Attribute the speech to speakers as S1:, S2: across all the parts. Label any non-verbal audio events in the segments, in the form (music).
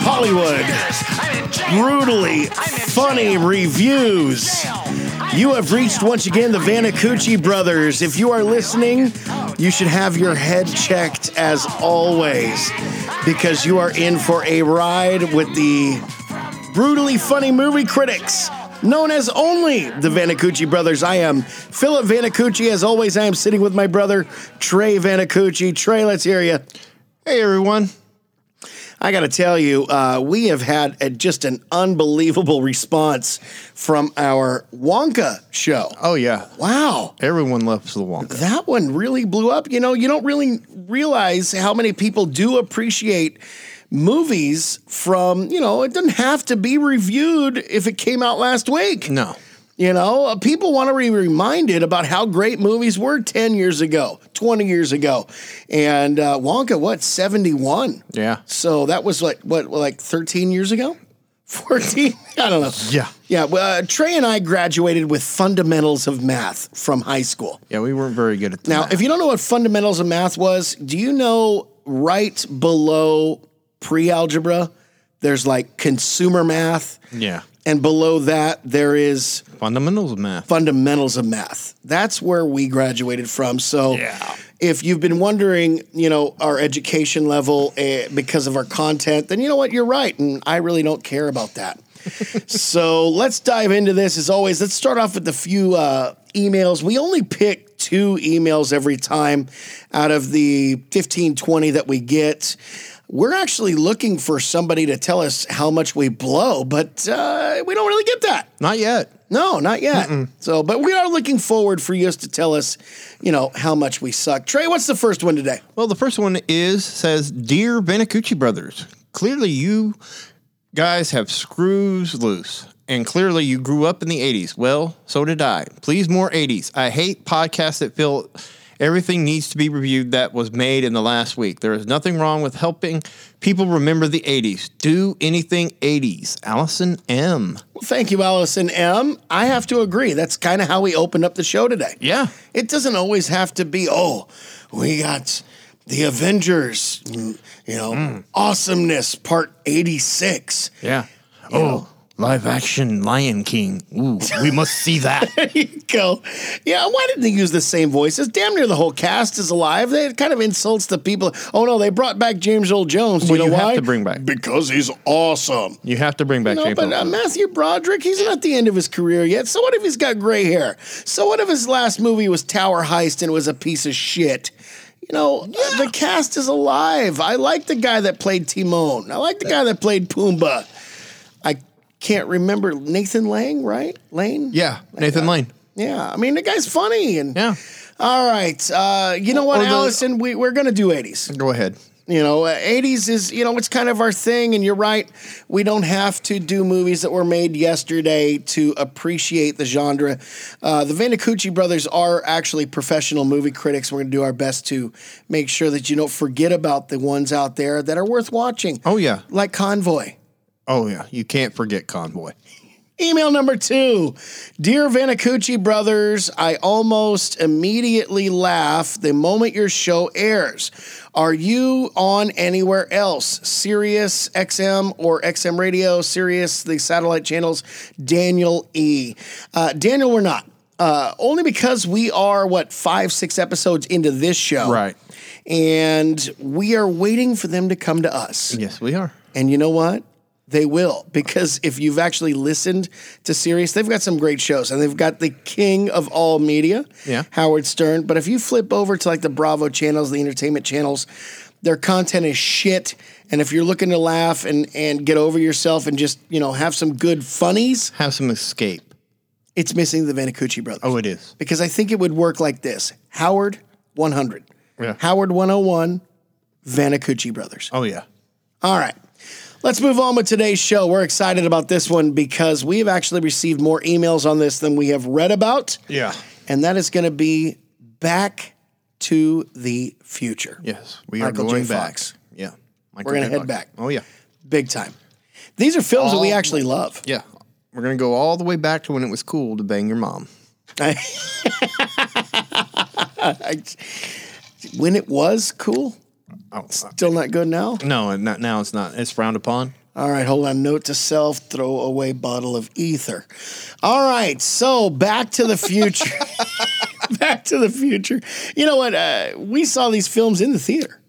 S1: Hollywood. Brutally funny reviews. You have reached once again the Vanacucci brothers. If you are listening, you should have your head checked as always because you are in for a ride with the brutally funny movie critics known as only the Vanacucci brothers. I am Philip Vanacucci. As always, I am sitting with my brother, Trey Vanacucci. Trey, let's hear you.
S2: Hey everyone.
S1: I got to tell you, uh, we have had a, just an unbelievable response from our Wonka show.
S2: Oh yeah.
S1: Wow.
S2: Everyone loves the Wonka.
S1: That one really blew up. You know, you don't really realize how many people do appreciate movies from, you know, it doesn't have to be reviewed if it came out last week.
S2: No.
S1: You know, uh, people want to be reminded about how great movies were 10 years ago, 20 years ago. And uh, Wonka, what, 71?
S2: Yeah.
S1: So that was like, what, like 13 years ago? (laughs) 14? I don't know.
S2: Yeah.
S1: Yeah. Well, uh, Trey and I graduated with fundamentals of math from high school.
S2: Yeah, we weren't very good at that.
S1: Now, if you don't know what fundamentals of math was, do you know right below pre algebra, there's like consumer math?
S2: yeah.
S1: And below that, there is
S2: Fundamentals of math.
S1: fundamentals of math. That's where we graduated from. So
S2: Yeah.
S1: if you've been wondering, you know, our education level eh, because of our content, then you know what? You're right. And I really don't care about that. so let's dive into this as always. Let's start off with a few uh, emails. We only pick two emails every time out of the 15, 20 that we get. We're actually looking for somebody to tell us how much we blow, but uh, we don't really get that.
S2: Not yet.
S1: No, not yet. So, but we are looking forward for you to tell us, you know, how much we suck. Trey, what's the first one today?
S2: Well, the first one is says, "Dear Benacucci brothers, clearly you guys have screws loose, and clearly you grew up in the '80s. Well, so did I. Please, more '80s. I hate podcasts that feel everything needs to be reviewed that was made in the last week. There is nothing wrong with helping people remember the '80s. Do anything '80s. Allison M.
S1: Well, thank you, Allison M. I have to agree. That's kind of how we opened up the show today.
S2: Yeah,
S1: It doesn't always have to be, oh, we got the Avengers, mm, you know, awesomeness part 86.
S2: yeah. Oh, live action Lion King. Ooh, we must see that.
S1: you go. Yeah, why didn't they use the same voices? Damn near the whole cast is alive. They it kind of insults the people. Oh no, they brought back James Earl Jones. Do
S2: Well,
S1: you know
S2: you
S1: why?
S2: have to bring back-
S1: because he's awesome.
S2: (laughs) you have to bring
S1: (laughs)
S2: back
S1: No,
S2: James
S1: but
S2: Earl
S1: uh,
S2: Jones.
S1: Matthew Broderick, he's not at the end of his career yet. So what if he's got gray hair? So what if his last movie was Tower Heist and it was a piece of shit? You know, uh, the cast is alive. I like the guy that played Timon. I like the guy that played Pumbaa. I can't remember Nathan Lang, right? Lane?
S2: Yeah, Nathan Lane.
S1: Yeah, I mean the guy's funny and
S2: Yeah.
S1: All right, uh, you know what,
S2: Or the-
S1: Allison, we we're gonna do eighties.
S2: Go ahead.
S1: You know, Uh, eighties is you know it's kind of our thing, and you're right. We don't have to do movies that were made yesterday to appreciate the genre. Uh, the Vanacucci brothers are actually professional movie critics. We're gonna do our best to make sure that you don't forget about the ones out there that are worth watching.
S2: Oh yeah.
S1: like Convoy.
S2: Oh yeah. You can't forget Convoy.
S1: Email number two Dear Vanacucci brothers, I almost immediately laugh the moment your show airs. Are you on anywhere else? Sirius XM or XM Radio, Sirius, the satellite channels, Daniel E. Uh, Daniel, we're not. Uh, only because we are, what, five, six episodes into this show.
S2: Right.
S1: And we are waiting for them to come to us.
S2: Yes, we are.
S1: And you know what? They will because if you've actually listened to Sirius, they've got some great shows, and they've got the king of all media,
S2: Yeah.
S1: Howard Stern. But if you flip over to like the Bravo channels, the entertainment channels, their content is shit. And if you're looking to laugh and and get over yourself and just you know have some good funnies,
S2: Have some escape.
S1: it's missing the Vanacucci brothers
S2: Oh, it is.
S1: because I think it would work like this: Howard 100,
S2: Yeah.
S1: Howard 101, Vanacucci brothers.
S2: Oh yeah.
S1: All right. Let's move on with today's show. We're excited about this one because we have actually received more emails on this than we have read about.
S2: Yeah.
S1: And that is going to be Back to the Future.
S2: Yes, we
S1: Michael
S2: are
S1: J.
S2: going back.
S1: Fox.
S2: Yeah. Michael
S1: We're gonna
S2: J.
S1: head
S2: Fox.
S1: back.
S2: Oh yeah.
S1: Big time. These are films that we
S2: All-
S1: actually love.
S2: Yeah. We're gonna go all the way back to when it was cool to bang your mom.
S1: (laughs) when it was cool,
S2: Oh uh,
S1: still not good now.
S2: Oh, no, not now. It's not. It's frowned upon.
S1: All right, hold on. Note to self: throw away bottle of ether. All right, so Back to the Future. (laughs) back to the Future. You know what? Uh, we saw these films in the theater,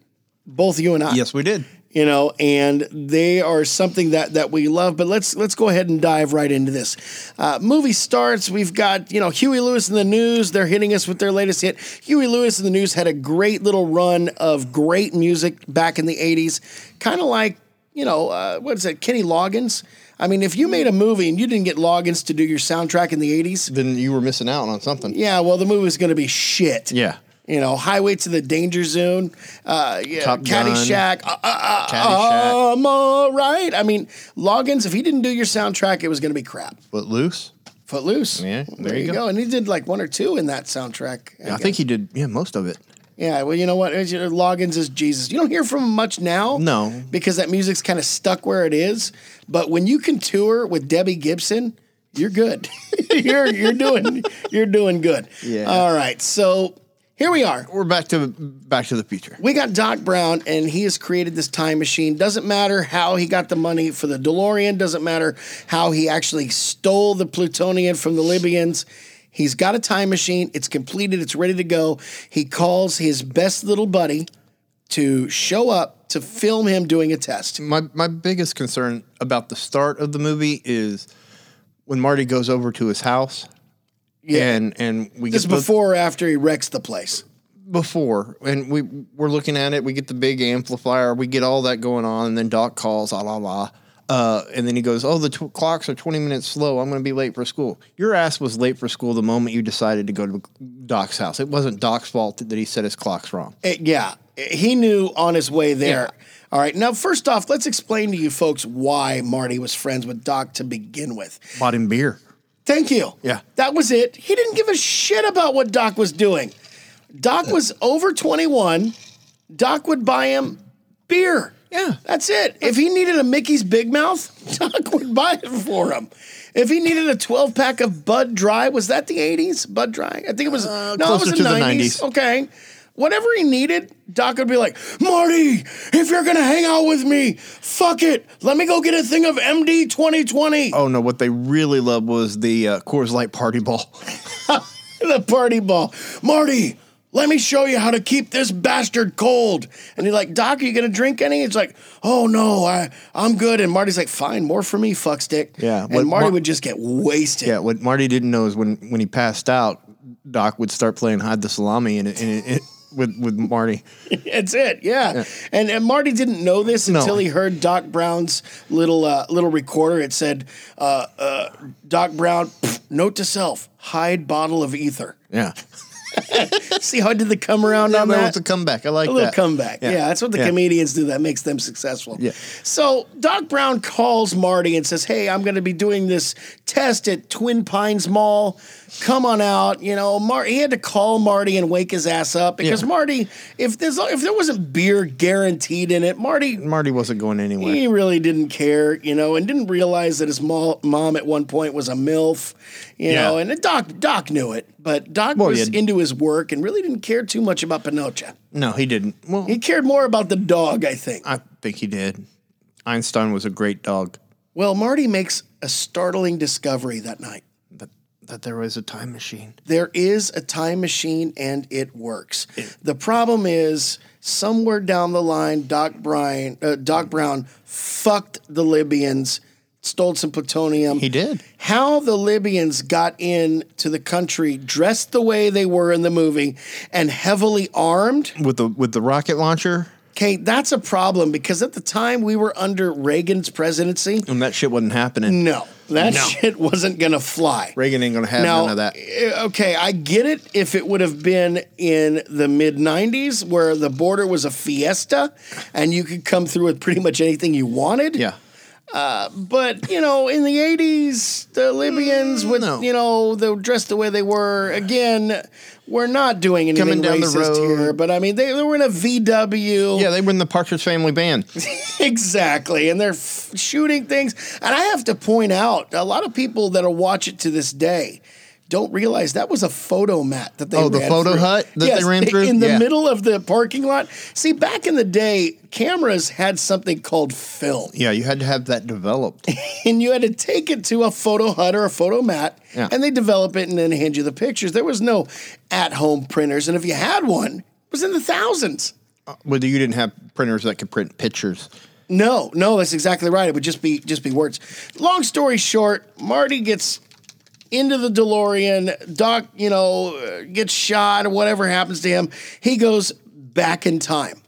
S1: both you and I.
S2: Yes, we did.
S1: You know, and they are something that that we love. But let's let's go ahead and dive right into this. Uh, movie starts. We've got you know Huey Lewis in the news. They're hitting us with their latest hit. Huey Lewis in the news had a great little run of great music back in the '80s, kind of like you know, uh, what is it, Kenny Loggins? I mean, if you made a movie and you didn't get Loggins to do your soundtrack in the 80s,
S2: Then you were missing out on something.
S1: yeah, well, the movie was going to be shit.
S2: Yeah.
S1: You know, Highway to the Danger Zone, uh, yeah,
S2: Top Gun.
S1: Caddyshack, uh, uh,
S2: Caddyshack.
S1: I'm all right. I mean, Loggins, if he didn't do your soundtrack, it was going to be crap.
S2: But loose.
S1: Footloose.
S2: Yeah,
S1: there, you go. And he did like one or two in that soundtrack.
S2: I think he did. Yeah, most of it.
S1: Yeah, well, you know what? It's- uh, Loggins is Jesus. You don't hear from him much now.
S2: No.
S1: Because that music's kind of stuck where it is. But when you can tour with Debbie Gibson, you're good. (laughs) you're you're doing you're doing good.
S2: Yeah.
S1: All right. So here we are.
S2: We're back to Back to the Future.
S1: We got Doc Brown, and he has created this time machine. Doesn't matter how he got the money for the DeLorean, doesn't matter how he actually stole the plutonium from the Libyans. He's got a time machine. It's completed, it's ready to go. He calls his best little buddy to show up to film him doing a test.
S2: My my biggest concern about the start of the movie is when Marty goes over to his house.
S1: Yeah.
S2: And and we
S1: This is
S2: get the-
S1: before or after he wrecks the place.
S2: before and we we're looking at it we get the big amplifier we get all that going on and then doc calls la la la uh, and then he goes oh the tw clocks are 20 minutes slow i'm going to be late for school your ass was late for school the moment you decided to go to doc's house it wasn't doc's fault that he set his clocks wrong
S1: Uh, yeah, he knew on his way there.
S2: Yeah.
S1: All right. Now, first off, let's explain to you folks why Marty was friends with Doc to begin with.
S2: bought him beer
S1: Thank you.
S2: Yeah.
S1: That was it. He didn't give a shit about what Doc was doing. Doc was over 21. Doc would buy him beer.
S2: Yeah.
S1: That's it. If he needed a Mickey's Big Mouth, (laughs) Doc would buy it for him. If he needed a 12 pack of Bud Dry, was that the 80s? Bud Dry? I think it was. no, it was
S2: Uh, closer
S1: the
S2: to the
S1: 90s.
S2: 90s.
S1: Okay. Whatever he needed, Doc would be like, Marty, if you're going to hang out with me, fuck it. Let me go get a thing of MD 2020.
S2: oh no what they really loved was the uh, coors light party ball
S1: the party ball. Marty, let me show you how to keep this bastard cold. And you're like, Doc, are you gonna drink any? It's like, oh no, I I'm good. And Marty's like, fine, more for me, fuck stick.
S2: Yeah,
S1: And
S2: what
S1: Marty
S2: Mar-
S1: would just get wasted.
S2: (laughs) yeah what marty didn't know is when when he passed out doc would start playing hide the salami and it, and it, it with with marty
S1: (laughs) That's it. Yeah. And and Marty didn't know this
S2: No.
S1: until he heard Doc Brown's little uh, little recorder. It said, uh, uh, Doc Brown, pff, note to self, hide bottle of ether. (laughs)
S2: yeah
S1: See how I did the come around on
S2: That
S1: that?
S2: was a comeback. I like
S1: a little
S2: that.
S1: comeback. Yeah. that's what the
S2: Yeah.
S1: comedians do. That makes them successful.
S2: Yeah.
S1: So Doc Brown calls Marty and says, "Hey, I'm going to be doing this test at Twin Pines Mall. Come on out." You know, Mar- he had to call Marty and wake his ass up because
S2: Yeah.
S1: Marty, if there's if there wasn't beer guaranteed in it, Marty
S2: Marty wasn't going anywhere.
S1: he really didn't care, you know, and didn't realize that his mo- mom at one point was a MILF, you
S2: Yeah.
S1: know, and Doc Doc knew it, but Doc
S2: Well,
S1: was
S2: yeah.
S1: into his work and really didn't care too much about Pinocha.
S2: No, he didn't. Well,
S1: He cared more about the dog, I think.
S2: I think he did. Einstein was a great dog.
S1: Well, Marty makes a startling discovery that night.
S2: That, that there was a time machine.
S1: There is a time machine and it works. The problem is somewhere down the line, Doc Brian, uh, Doc Brown fucked the Libyans, stole some plutonium.
S2: He did.
S1: How the Libyans got into the country dressed the way they were in the movie and heavily armed.
S2: With the with the rocket launcher,
S1: Okay, that's a problem because at the time we were under Reagan's presidency.
S2: and that shit wasn't happening.
S1: No, that
S2: No.
S1: shit wasn't gonna fly.
S2: Reagan ain't gonna have
S1: Now,
S2: none of that.
S1: eh, okay, I get it if it would have been in the mid 90s where the border was a fiesta and you could come through with pretty much anything you wanted.
S2: Yeah.
S1: But, you know, in the 80s, the Libyans with,
S2: Mm, no.
S1: you know, they were dressed the way they were. Again, we're not doing anything
S2: Coming down the
S1: racist
S2: road.
S1: here, but I mean, they, they were in a VW.
S2: Yeah, they were in the Partridge Family band. (laughs)
S1: (laughs) Exactly. And they're f- shooting things. And I have to point out a lot of people that'll watch it to this day don't realize that was a photo mat that they
S2: Oh, the
S1: ran
S2: photo
S1: through.
S2: hut that they
S1: Yes,
S2: ran through?
S1: in the
S2: Yeah.
S1: middle of the parking lot. See, back in the day, cameras had something called film, (laughs)
S2: Yeah, you had to have that developed.
S1: and you had to take it to a photo hut or a photo mat,
S2: Yeah.
S1: and they develop it and then hand you the pictures. There was no at-home printers, and if you had one, it was in the thousands.
S2: Whether you didn't have printers that could print pictures.
S1: No, no, that's exactly right. It would just be just be words. Long story short, Marty gets into the DeLorean. Doc, you know, uh, gets shot or whatever happens to him. He goes back in time,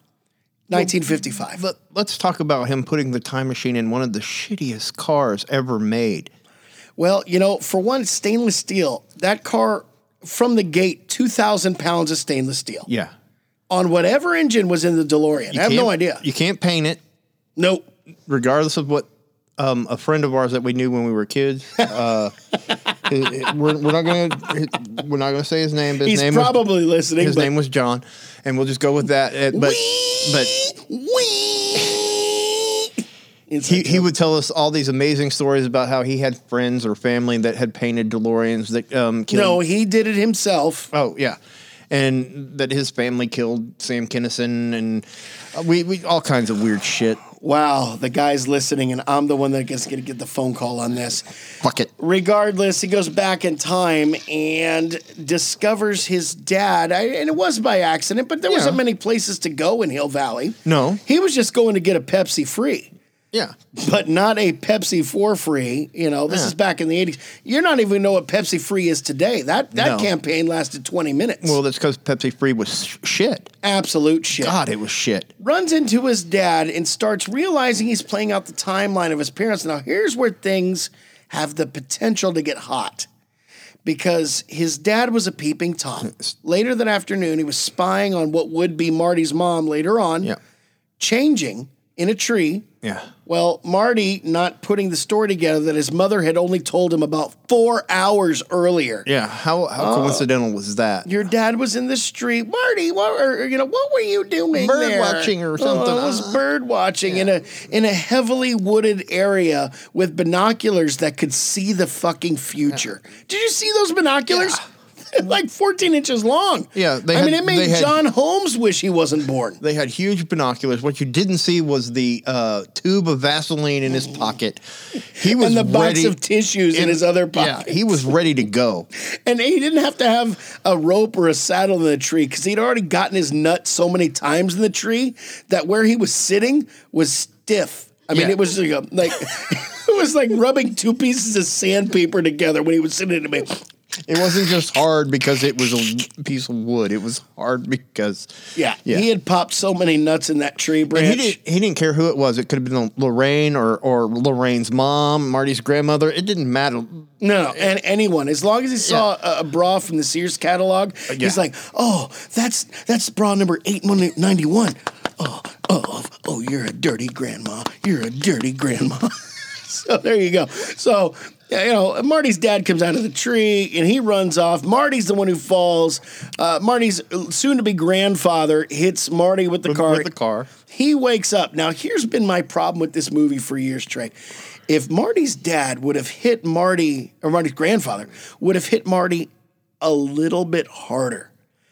S1: 1955.
S2: But let's talk about him putting the time machine in one of the shittiest cars ever made.
S1: Well, you know, for one, stainless steel. That car from the gate, 2,000 pounds of stainless steel
S2: Yeah.
S1: on whatever engine was in the DeLorean. I have no
S2: Can't-
S1: idea.
S2: You can't paint it,
S1: nope.
S2: regardless of what um, a friend of ours that we knew when we
S1: (laughs)
S2: were kids. Uh, it- it- we're, we're not gonna we're not gonna say his name. But
S1: He's
S2: his name was-
S1: probably listening.
S2: his
S1: but-
S2: name was John, and we'll just go with that. Uh, but but
S1: Wee! It's
S2: he,
S1: like,
S2: he would tell us all these amazing stories about how he had friends or family that had painted DeLoreans that um,
S1: No,
S2: killed.
S1: he did it himself.
S2: Oh yeah, and that his family killed Sam Kinison and uh, we we all kinds of weird shit.
S1: Wow, the guy's listening, and I'm the one that gets going to get the phone call on this.
S2: Fuck it.
S1: Regardless, he goes back in time and discovers his dad. I, and it was by accident, but there wasn't
S2: Yeah.
S1: many places to go in Hill Valley.
S2: No.
S1: He was just going to get a Pepsi free,
S2: Yeah.
S1: but not a Pepsi for free. You know, this
S2: Yeah.
S1: is back in the 80s. You're not even know what Pepsi free is today. That that
S2: No.
S1: campaign lasted 20 minutes.
S2: Well, that's because Pepsi Free was sh- shit.
S1: Absolute shit.
S2: God, it was shit.
S1: runs into his dad and starts realizing he's playing out the timeline of his parents. Now, here's where things have the potential to get hot because his dad was a peeping Tom. Later that afternoon, he was spying on what would be Marty's mom later on,
S2: Yeah.
S1: changing in a tree.
S2: Yeah.
S1: Well, Marty not putting the story together that his mother had only told him about four hours earlier.
S2: Yeah. How how
S1: Uh,
S2: coincidental was that?
S1: Your dad was in the street, Marty. What or, you know? What were you doing?
S2: Bird
S1: there?
S2: watching or something.
S1: Oh, it was
S2: Uh,
S1: bird watching in a in a heavily wooded area with binoculars that could see the fucking future. Did you see those binoculars? (laughs) like fourteen inches long.
S2: Yeah, they
S1: I mean,
S2: had-
S1: it
S2: they
S1: made
S2: had-
S1: John Holmes wish he wasn't born.
S2: They had huge binoculars. What you didn't see was the uh, tube of Vaseline in his pocket. He was
S1: And the box
S2: ready-
S1: of tissues in,
S2: in-
S1: his other
S2: Yeah,
S1: pocket.
S2: he was ready to go.
S1: And he didn't have to have a rope or a saddle in the tree because he'd already gotten his nut so many times in the tree that where he was sitting was stiff. I mean,
S2: Yeah.
S1: it was like, a, like (laughs) it was like rubbing two pieces of sandpaper together when he was sitting to me.
S2: It wasn't just hard because it was a piece of wood. It was hard because
S1: Yeah,
S2: Yeah.
S1: he had popped so many nuts in that tree branch.
S2: he didn't. He didn't care who it was. It could have been Lorraine or or Lorraine's mom, Marty's grandmother. It didn't matter.
S1: No, no, and anyone as long as he saw a, a bra from the Sears catalog, he's like, "Oh, that's that's bra number eight one ninety one. Oh, oh, oh, you're a dirty grandma. You're a dirty grandma." (laughs) so there you go. So yeah, you know, Marty's dad comes out of the tree and he runs off. Marty's the one who falls. Uh, Marty's soon-to-be grandfather hits Marty with the car.
S2: With the car.
S1: He wakes up. Now, here's been my problem with this movie for years, Trey. If Marty's dad would have hit Marty, or Marty's grandfather would have hit Marty a little bit harder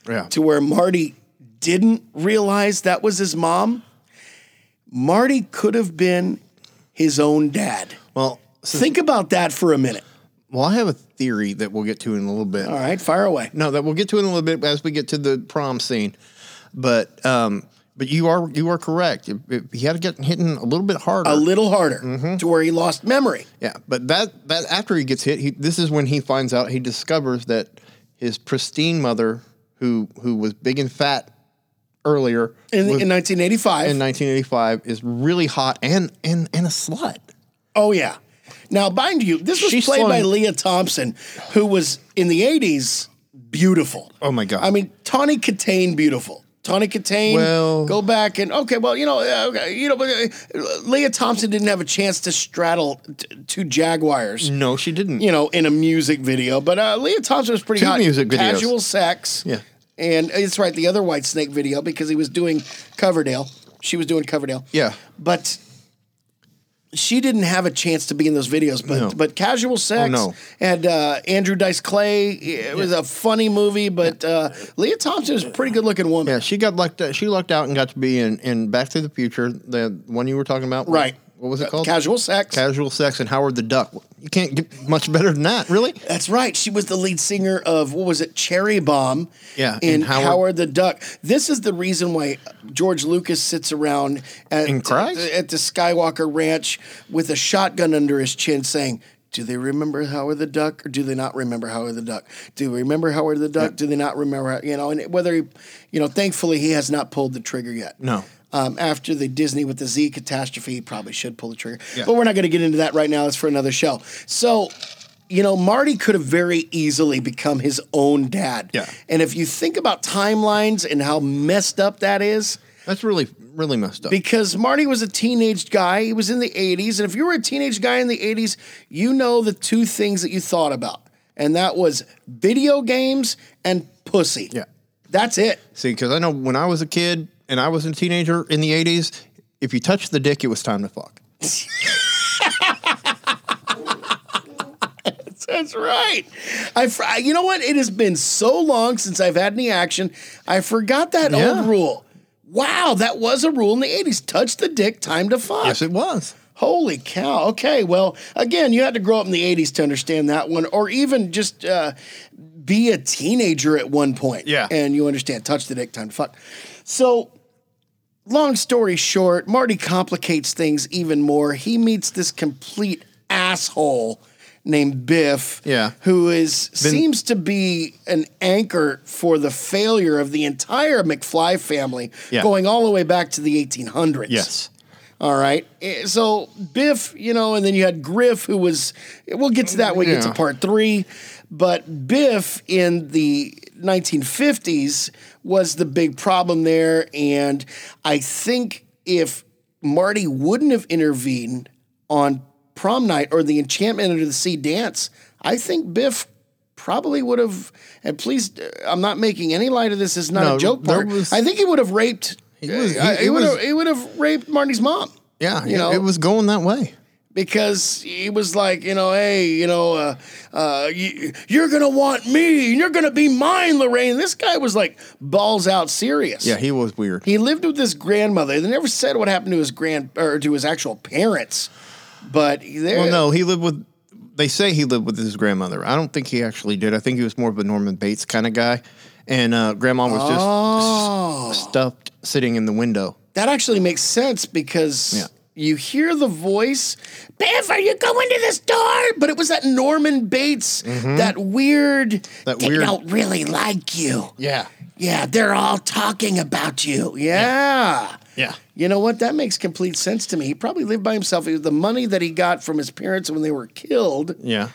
S2: Yeah.
S1: to where Marty didn't realize that was his mom, Marty could have been his own dad.
S2: Well, s-
S1: Think about that for a minute.
S2: well, I have a theory that we'll get to in a little bit.
S1: All right, fire away.
S2: No, that we'll get to in a little bit as we get to the prom scene. But um, but you are you are correct. If, if he had gotten hit a little bit harder.
S1: A little harder
S2: Mm-hmm.
S1: to where he lost memory.
S2: yeah, but that that after he gets hit, he, this is when he finds out he discovers that his pristine mother, who who was big and fat earlier
S1: In,
S2: was-
S1: in 1985.
S2: in 1985, is really hot and and and a slut.
S1: Oh yeah. Now, mind you, this was
S2: She's
S1: played by
S2: slung-
S1: Leah Thompson, who was in the '80s beautiful.
S2: Oh, my God.
S1: I mean, Tawny Katane, beautiful. Tawny Katane.
S2: Well-
S1: go back and okay. Well, you know, uh, okay, you know, but uh, Leah Thompson didn't have a chance to straddle t- two Jaguars.
S2: No, she didn't.
S1: You know, in a music video, but uh, Leah Thompson was pretty
S2: Two
S1: hot.
S2: music videos.
S1: Casual sex.
S2: Yeah.
S1: And it's right, the other White Snake video because he was doing Coverdale. She was doing Coverdale.
S2: Yeah.
S1: But she didn't have a chance to be in those videos, but
S2: No. Oh,
S1: but Casual Sex
S2: no.
S1: and uh, Andrew Dice Clay. It was a funny movie, but uh, Leah Thompson is a pretty good looking woman.
S2: Yeah, she got lucked. Out, she lucked out and got to be in, in Back to the Future, the one you were talking about.
S1: Right. Uh,
S2: What was it called?
S1: Casual Sex.
S2: Casual Sex and Howard the Duck. You can't get much better than that, really.
S1: That's right. She was the lead singer of what was it, Cherry Bomb?
S2: Yeah,
S1: in
S2: and
S1: Howard,
S2: Howard-
S1: the Duck. This is the reason why George Lucas sits around at,
S2: And cries?
S1: at the Skywalker Ranch with a shotgun under his chin, saying. Do they remember Howard the Duck or do they not remember Howard the Duck? Do they remember Howard the Duck? Do they not remember? How- You know, and whether he, you know, thankfully he has not pulled the trigger yet.
S2: No.
S1: Um, after the Disney with the Z catastrophe, he probably should pull the trigger.
S2: Yeah.
S1: But we're not going to get into that right now. That's for another show. So, you know, Marty could have very easily become his own dad.
S2: Yeah.
S1: And if you think about timelines and how messed up that is,
S2: That's really really messed up.
S1: because Marty was a teenage guy, he was in the 80s. And if you were a teenage guy in the 80s, you know the two things that you thought about, and that was video games and pussy.
S2: Yeah.
S1: That's it.
S2: See, because I know when I was a kid and I was a teenager in the '80s, if you touched the dick, it was time to fuck.
S1: (laughs) That's right. I, fr- I- you know what? It has been so long since I've had any action. I forgot that
S2: Yeah.
S1: old rule. Wow, that was a rule in the '80s. Touch the dick, time to fuck.
S2: Yes, it was.
S1: Holy cow. Okay, well, again, you had to grow up in the '80s to understand that one, or even just uh, be a teenager at one point.
S2: Yeah.
S1: and you understand. Touch the dick, time to fuck. So long story short, Marty complicates things even more. He meets this complete asshole named Biff,
S2: Yeah.
S1: who is seems to be an anchor for the failure of the entire McFly family,
S2: Yeah.
S1: going all the way back to the 1800s.
S2: Yes.
S1: All right. Eh, So Biff, you know, and then you had Griff, who was, we'll get to that when we get to
S2: Yeah.
S1: part three. But Biff in the 1950s was the big problem there. And I think if Marty wouldn't have intervened on prom night or the enchantment under the sea dance, I think Biff probably would have, and please, eh, I'm not making any light of this. It's not a
S2: No,
S1: joke
S2: there
S1: part.
S2: was-
S1: I think he would have raped. He,
S2: He was- he- he
S1: would have
S2: was-
S1: he would have raped Marty's mom.
S2: Yeah,
S1: You
S2: it-
S1: know-
S2: it was going that way.
S1: Because he was like, you know, hey, you know, uh, uh, you, you're gonna want me, and you're gonna be mine, Lorraine. This guy was like balls out serious.
S2: Yeah, he was weird.
S1: He lived with his grandmother. They never said what happened to his grand or to his actual parents, but there.
S2: Well, oh, no, he lived with. They say he lived with his grandmother. I don't think he actually did. I think he was more of a Norman Bates kind of guy, and uh, grandma was just s- stuffed sitting in the window.
S1: that actually makes sense because
S2: Yeah.
S1: you hear the voice, Biff, are you going to this door? But it was that Norman Bates, that weird.
S2: Mm-hmm. That
S1: they
S2: weird-
S1: don't really like you.
S2: Yeah,
S1: Yeah, they're all talking about you. Yeah.
S2: yeah,
S1: You know what? That makes complete sense to me. He probably lived by himself. It was the money that he got from his parents when they were killed,
S2: yeah,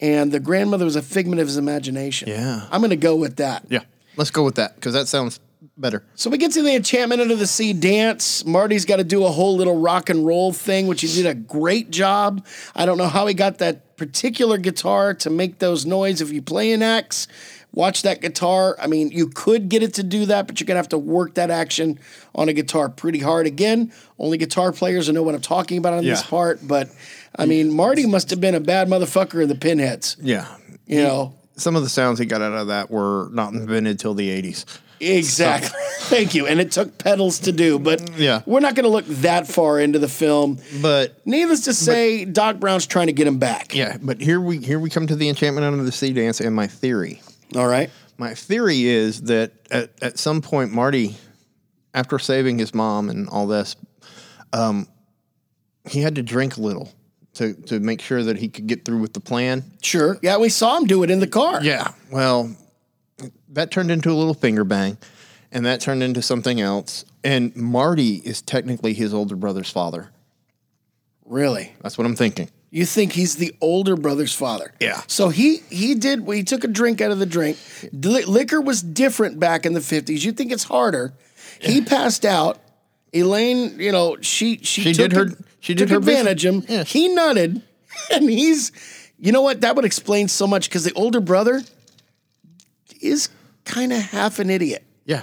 S1: and the grandmother was a figment of his imagination.
S2: Yeah.
S1: I'm going to go with that.
S2: yeah. Let's go with that because that sounds better.
S1: So we get to the Enchantment Under the Sea dance. Marty's got to do a whole little rock and roll thing, which he did a great job. I don't know how he got that particular guitar to make those noise. If you play an axe, watch that guitar. I mean, you could get it to do that, but you're going to have to work that action on a guitar pretty hard. Again, only guitar players will know what I'm talking about on this
S2: Yeah.
S1: part, but I mean, Marty must have been a bad motherfucker in the pinheads,
S2: Yeah,
S1: you know?
S2: some of the sounds he got out of that were not invented till the eighties.
S1: Exactly. (laughs) Thank you. And it took pedals to do, but
S2: Yeah.
S1: we're not going to look that far into the film.
S2: But
S1: Needless to say, Doc Brown's trying to get him back.
S2: yeah, but here we here we come to the enchantment under the sea dance and my theory.
S1: All right.
S2: My theory is that at, at some point, Marty, after saving his mom and all this, um, he had to drink a little to, to make sure that he could get through with the plan.
S1: Sure. Yeah, we saw him do it in the car.
S2: Yeah. Well, that turned into a little finger bang, and that turned into something else. And Marty is technically his older brother's father.
S1: Really?
S2: That's what I'm thinking.
S1: You think he's the older brother's father?
S2: Yeah.
S1: So he he did he took a drink out of the drink. Li- liquor was different back in the 50s. You think it's harder. He passed out. Elaine, you know, she she,
S2: She
S1: took
S2: did her-
S1: ad-
S2: she did
S1: took
S2: her business.
S1: advantage him.
S2: Yeah.
S1: He nutted (laughs) and he's you know what? That would explain so much cuz the older brother is kind of half an idiot.
S2: Yeah.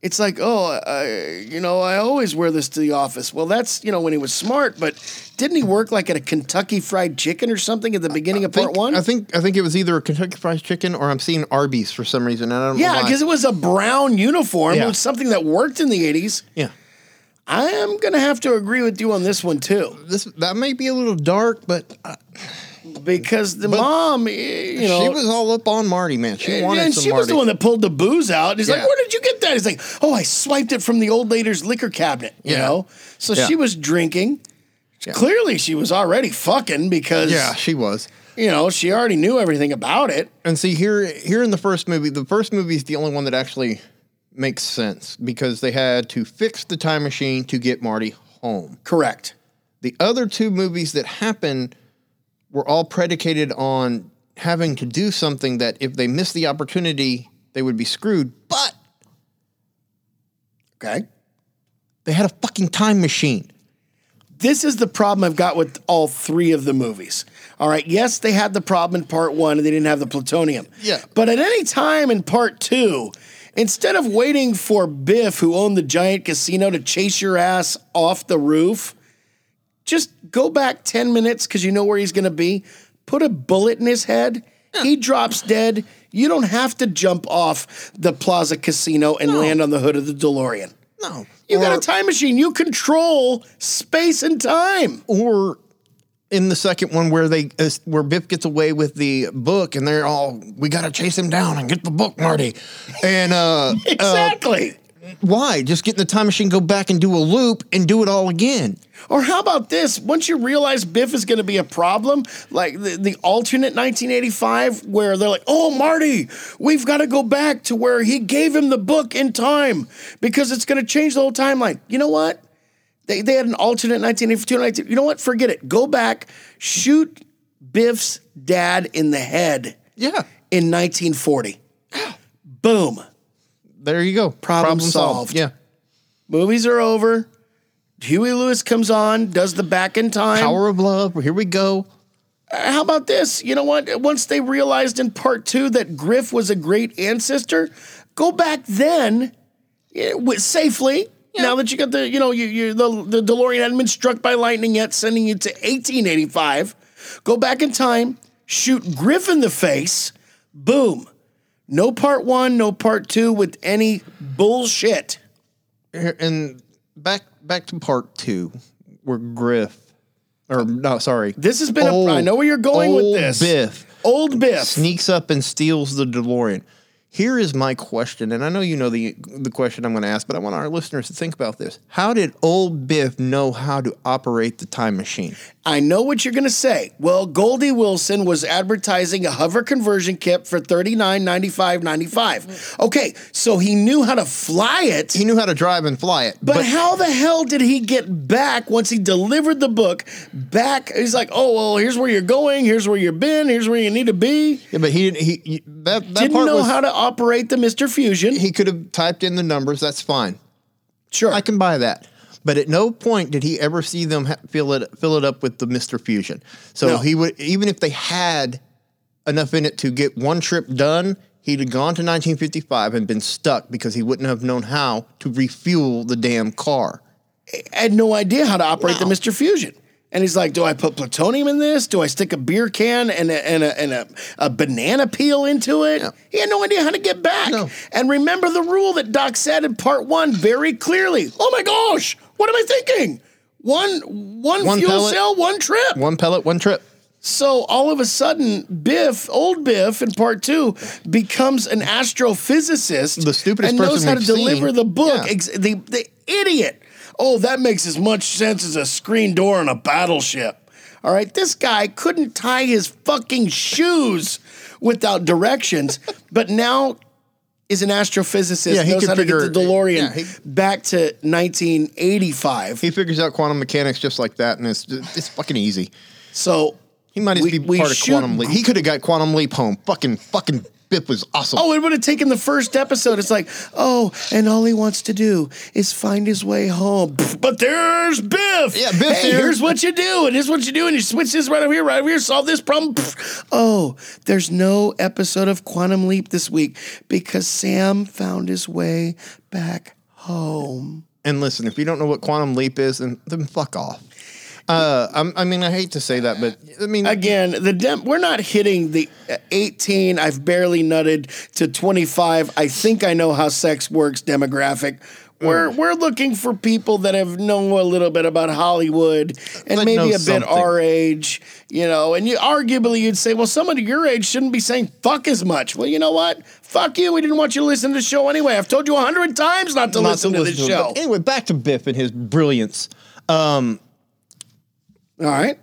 S1: It's like, oh, uh, you know, I always wear this to the office. Well, that's, you know, when he was smart, but didn't he work like at a Kentucky Fried Chicken or something at the beginning of
S2: I think-
S1: part one?
S2: I think I think it was either a Kentucky Fried Chicken or I'm seeing Arby's for some reason. and I don't know.
S1: yeah,
S2: why.
S1: because it was a brown uniform.
S2: Yeah.
S1: It was something that worked in the 80s.
S2: yeah,
S1: I am going to have to agree with you on this one, too.
S2: this that may be a little dark, but uh,
S1: because the mom, eh, you know,
S2: she was all up on Marty, man. She
S1: and-
S2: wanted
S1: and
S2: some
S1: she
S2: Marty.
S1: was the one that pulled the booze out. He's like,
S2: Yeah.
S1: "Where did you get that?" He's like, "Oh, I swiped it from the old lady's liquor cabinet." You
S2: Yeah.
S1: know, so
S2: Yeah.
S1: she was drinking. Clearly, she was already fucking because
S2: yeah, she was.
S1: you know she already knew everything about it.
S2: And see here here in the first movie, the first movie is the only one that actually makes sense because they had to fix the time machine to get Marty home.
S1: Correct.
S2: The other two movies that happened were all predicated on having to do something that if they missed the opportunity, they would be screwed. But
S1: Okay.
S2: they had a fucking time machine.
S1: this is the problem I've got with all three of the movies. All right, yes, they had the problem in part one and they didn't have the plutonium.
S2: Yeah.
S1: But at any time in part two, instead of waiting for Biff, who owned the giant casino, to chase your ass off the roof, just go back 10 minutes because you know where he's going to be. Put a bullet in his head. He drops dead. You don't have to jump off the Plaza Casino and land on the hood of the DeLorean.
S2: No.
S1: You got
S2: Or-
S1: a time machine. You control space and time.
S2: or in the second one where they uh, where Biff gets away with the book and they're all we got to chase him down and get the book Marty and uh, (laughs) uh
S1: Exactly.
S2: why just get in the time machine go back and do a loop and do it all again
S1: or how about this? Once you realize Biff is going to be a problem, like the, the alternate 1985, where they're like, oh, Marty, we've got to go back to where he gave him the book in time because it's going to change the whole timeline. You know what? They, they had an alternate 1982. 19, you know what? Forget it. Go back, shoot Biff's dad in the head
S2: yeah
S1: in 1940. Boom.
S2: there you go
S1: Problem solved.
S2: yeah
S1: Movies are over. Huey Lewis comes on, does the back in time.
S2: power of love here we go
S1: How about this? You know what? Once they realized in part two that Griff was a great ancestor, go back then eh, with, safely. Now that you got the, you know, you, you the, the DeLorean hadn't been struck by lightning yet, sending you to 1885. Go back in time, shoot Griff in the face, boom. No part one, no part two with any bullshit.
S2: Here- and back back to part 2 where Griff or no sorry
S1: This has been.
S2: Old-
S1: a, I know where you're going with
S2: Oh, old
S1: this.
S2: Biff
S1: Old Biff.
S2: sneaks up and steals the DeLorean. Here is my question, and I know you know the the question I'm going to ask, but I want our listeners to think about this. How did old Biff know how to operate the time machine?
S1: I know what you're going to say. Well, Goldie Wilson was advertising a hover conversion kit for $39.95.95. Okay, so he knew how to fly it.
S2: He knew how to drive and fly it,
S1: But, how the hell did he get back once he delivered the book back? He's like, oh, well, here's where you're going. Here's where you've been. Here's where you need to be.
S2: yeah, but he didn't. He, he- that that
S1: Didn't
S2: part
S1: know
S2: was
S1: how to operate the Mr. Fusion.
S2: he could have typed in the numbers. That's fine.
S1: sure.
S2: I can buy that. But at no point did he ever see them ha- fill it fill it up with the Mister Fusion. So
S1: No.
S2: he would even if they had enough in it to get one trip done, he'd have gone to 1955 and been stuck because he wouldn't have known how to refuel the damn car.
S1: had no idea how to operate the Mr. Fusion. And he's like, "Do I put plutonium in this? Do I stick a beer can and a, and a, and a, a banana peel into it?" He had no idea how to get back.
S2: No.
S1: And remember the rule that Doc said in part one very clearly. Oh my gosh, what am I thinking? One one,
S2: One
S1: fuel
S2: pellet.
S1: cell, one trip.
S2: One pellet, one trip.
S1: So all of a sudden, Biff, old Biff in part two, becomes an astrophysicist.
S2: The stupidest
S1: and knows
S2: person
S1: how to
S2: we've
S1: deliver
S2: seen.
S1: the book.
S2: Yeah.
S1: Ex- the, the idiot. Oh, that makes as much sense as a screen door on a battleship. All right, this guy couldn't tie his fucking shoes without directions, (laughs) but now is an astrophysicist.
S2: Yeah, he
S1: knows
S2: could
S1: how to
S2: figure-
S1: get the DeLorean
S2: yeah, he-
S1: back to 1985.
S2: He figures out quantum mechanics just like that, and it's it's fucking easy.
S1: so
S2: He might as
S1: We-
S2: be
S1: we
S2: part of
S1: should-
S2: quantum leap. He could have got quantum leap home. Fucking fucking Bip was awesome.
S1: Oh, it would have taken the first episode. It's like, oh, and all he wants to do is find his way home. Pff, But there's Biff.
S2: Yeah, Biff's
S1: Hey,
S2: here.
S1: here's what you do, and here's what you do, and you switch this right over here, right over here, solve this problem. Pff. Oh, there's no episode of Quantum Leap this week because Sam found his way back home.
S2: And listen, if you don't know what quantum leap is, then, then fuck off. Uh, I'm, I mean, I hate to say that, but I mean,
S1: Again, the dem- we're not hitting the uh, 18. I've barely nutted to 25. I think I know how sex works demographic. We're
S2: Mm.
S1: we're looking for people that have know a little bit about Hollywood and
S2: That know
S1: maybe a bit
S2: something.
S1: our age, you know. And you arguably you'd say, well, somebody your age shouldn't be saying fuck as much. Well, you know what? Fuck you. We didn't want you to listen to the show anyway. I've told you a hundred times not to
S2: not
S1: listen to, this
S2: listen to it.
S1: show.
S2: But anyway, back to Biff and his brilliance.
S1: All right.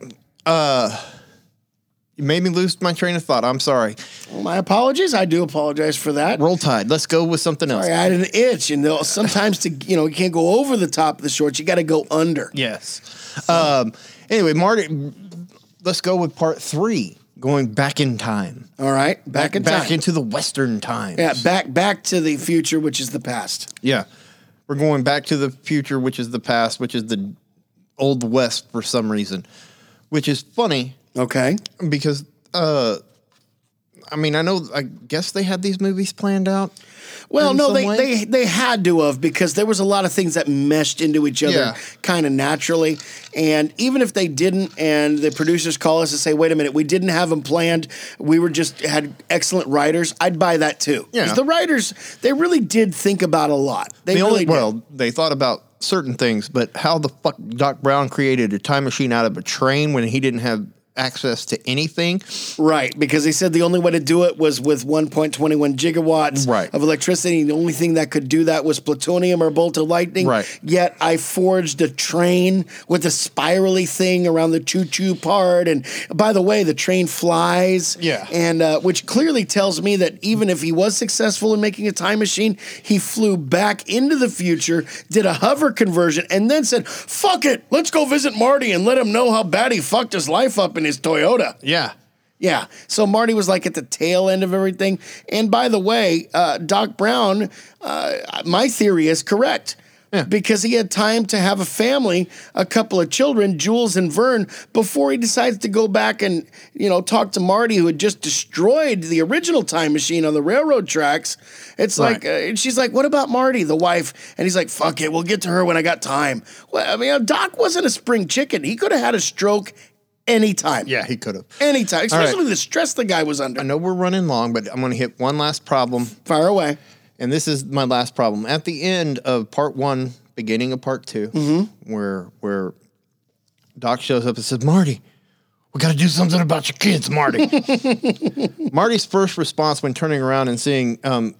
S2: You made me lose my train of thought. I'm sorry.
S1: Well, my apologies. I do apologize for that.
S2: Roll Tide. Let's go with something else.
S1: I had an itch, and they'll- sometimes to you know you can't go over the top of the shorts. You got to go under.
S2: Yes. Um, anyway, Marty, let's go with part three. Going back in time,
S1: All right, back, in
S2: back
S1: time.
S2: into the Western times.
S1: yeah, back back to the future, which is the past.
S2: Yeah. We're going back to the future, which is the past, which is the old West for some reason, which is funny
S1: Okay,
S2: because, uh, I mean, I know, I guess they had these movies planned out.
S1: well,
S2: In
S1: no,
S2: some
S1: they,
S2: way?
S1: they they had to have because there was a lot of things that meshed into each other
S2: Yeah.
S1: kind of naturally, and even if they didn't, and the producers call us and say, "Wait a minute, we didn't have them planned. We were just had excellent writers." I'd buy that too. 'Cause
S2: Yeah.
S1: the writers they really did think about a lot. They
S2: The
S1: really
S2: only,
S1: did.
S2: well, they thought about certain things, but how the fuck Doc Brown created a time machine out of a train when he didn't have access to anything.
S1: Right, because he said the only way to do it was with 1.21 gigawatts
S2: Right.
S1: of electricity. The only thing that could do that was plutonium or a bolt of lightning.
S2: Right.
S1: Yet I forged a train with a spirally thing around the choo-choo part. And by the way, the train flies.
S2: Yeah.
S1: and uh, which clearly tells me that even if he was successful in making a time machine, he flew back into the future, did a hover conversion, and then said, "Fuck it, let's go visit Marty and let him know how bad he fucked his life up in his Toyota."
S2: Yeah.
S1: Yeah. So Marty was like at the tail end of everything. And by the way, uh, Doc Brown, uh, my theory is correct. Because he had time to have a family, a couple of children, Jules and Vern, before he decides to go back and you know talk to Marty, who had just destroyed the original time machine on the railroad tracks. It's
S2: Right.
S1: like, uh, and she's like, "What about Marty, the wife?" And he's like, "Fuck it, we'll get to her when I got time." Well, I mean, Doc wasn't a spring chicken; he could have had a stroke anytime
S2: Yeah, he could have.
S1: anytime,
S2: right.
S1: especially the stress the guy was
S2: I
S1: under.
S2: know we're running long, but I'm going to hit one last problem.
S1: Fire away.
S2: And this is my last problem. At the end of part one, beginning of part 2 where where Doc shows up and says, Marty, we got to do something about your kids, Marty. Marty's first response when turning around and seeing um,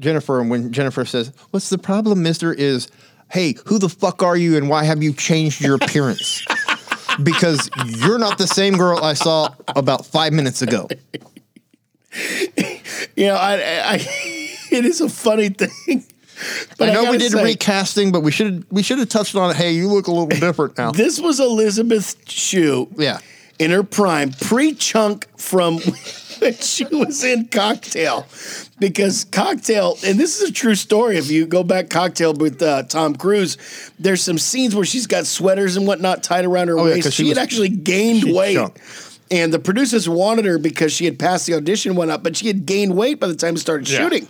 S2: Jennifer, and when Jennifer says, What's the problem, mister? is, Hey, who the fuck are you and why have you changed your appearance? because you're not the same girl I saw about five minutes ago.
S1: You know, I, I, (laughs) it is a funny thing. But
S2: I know we
S1: gotta
S2: did
S1: say,
S2: recasting, but we should we should have touched on. Hey, you look a little different now.
S1: This was Elizabeth Shue
S2: yeah,
S1: in her prime, pre chunk from (laughs) when she was in Cocktail. Because Cocktail, and this is a true story, if you go back Cocktail with uh, Tom Cruise, there's some scenes where she's got sweaters and whatnot tied around her
S2: Oh, yeah,
S1: waist.
S2: 'cause she
S1: she had
S2: was-
S1: actually gained
S2: she
S1: weight.
S2: shrunk.
S1: And the producers wanted her because she had passed the audition one up, but she had gained weight by the time it started
S2: Yeah.
S1: shooting.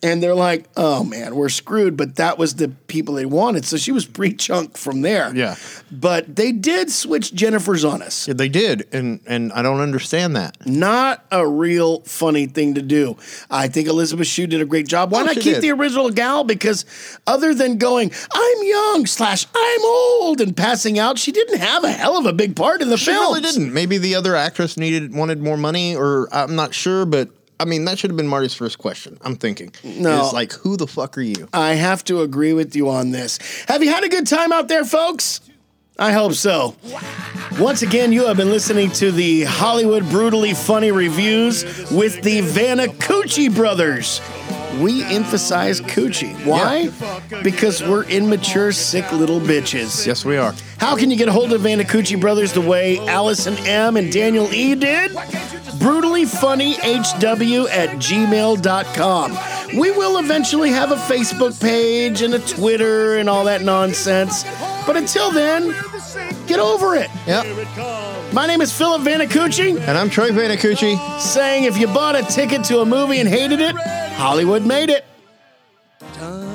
S1: And they're like, oh man, we're screwed. But that was the people they wanted. So she was pre chunk from there.
S2: Yeah.
S1: But they did switch Jennifer's on us
S2: Yeah, (laughs) they did, and and I don't understand that.
S1: not a real funny thing to do. I think Elizabeth Shue did a great job. Why
S2: Oh,
S1: not
S2: she
S1: keep
S2: did.
S1: the original gal? Because other than going, I'm young slash I'm old and passing out, she didn't have a hell of a big part in the
S2: She
S1: film.
S2: really didn't. Maybe the other actress needed wanted more money, or I'm not sure. But I mean, that should have been Marty's first question. I'm thinking.
S1: No.
S2: it's like who the fuck are you?
S1: I have to agree with you on this. Have you had a good time out there, folks? I hope so. Once again, you have been listening to the Hollywood Brutally Funny Reviews with the Vanacucci brothers. We emphasize coochie. Why? Because we're immature, sick little bitches.
S2: Yes, we are.
S1: How can you get a hold of Vanacucci brothers the way Allison M. and Daniel E. did? Brutally reallyfunnyhw at gmail.com. We will eventually have a Facebook page and a Twitter and all that nonsense. But until then, get over it.
S2: Yep.
S1: My name is Philip Vanacucci,
S2: And I'm Troy Vanacucci.
S1: saying if you bought a ticket to a movie and hated it, Hollywood made it.
S3: Time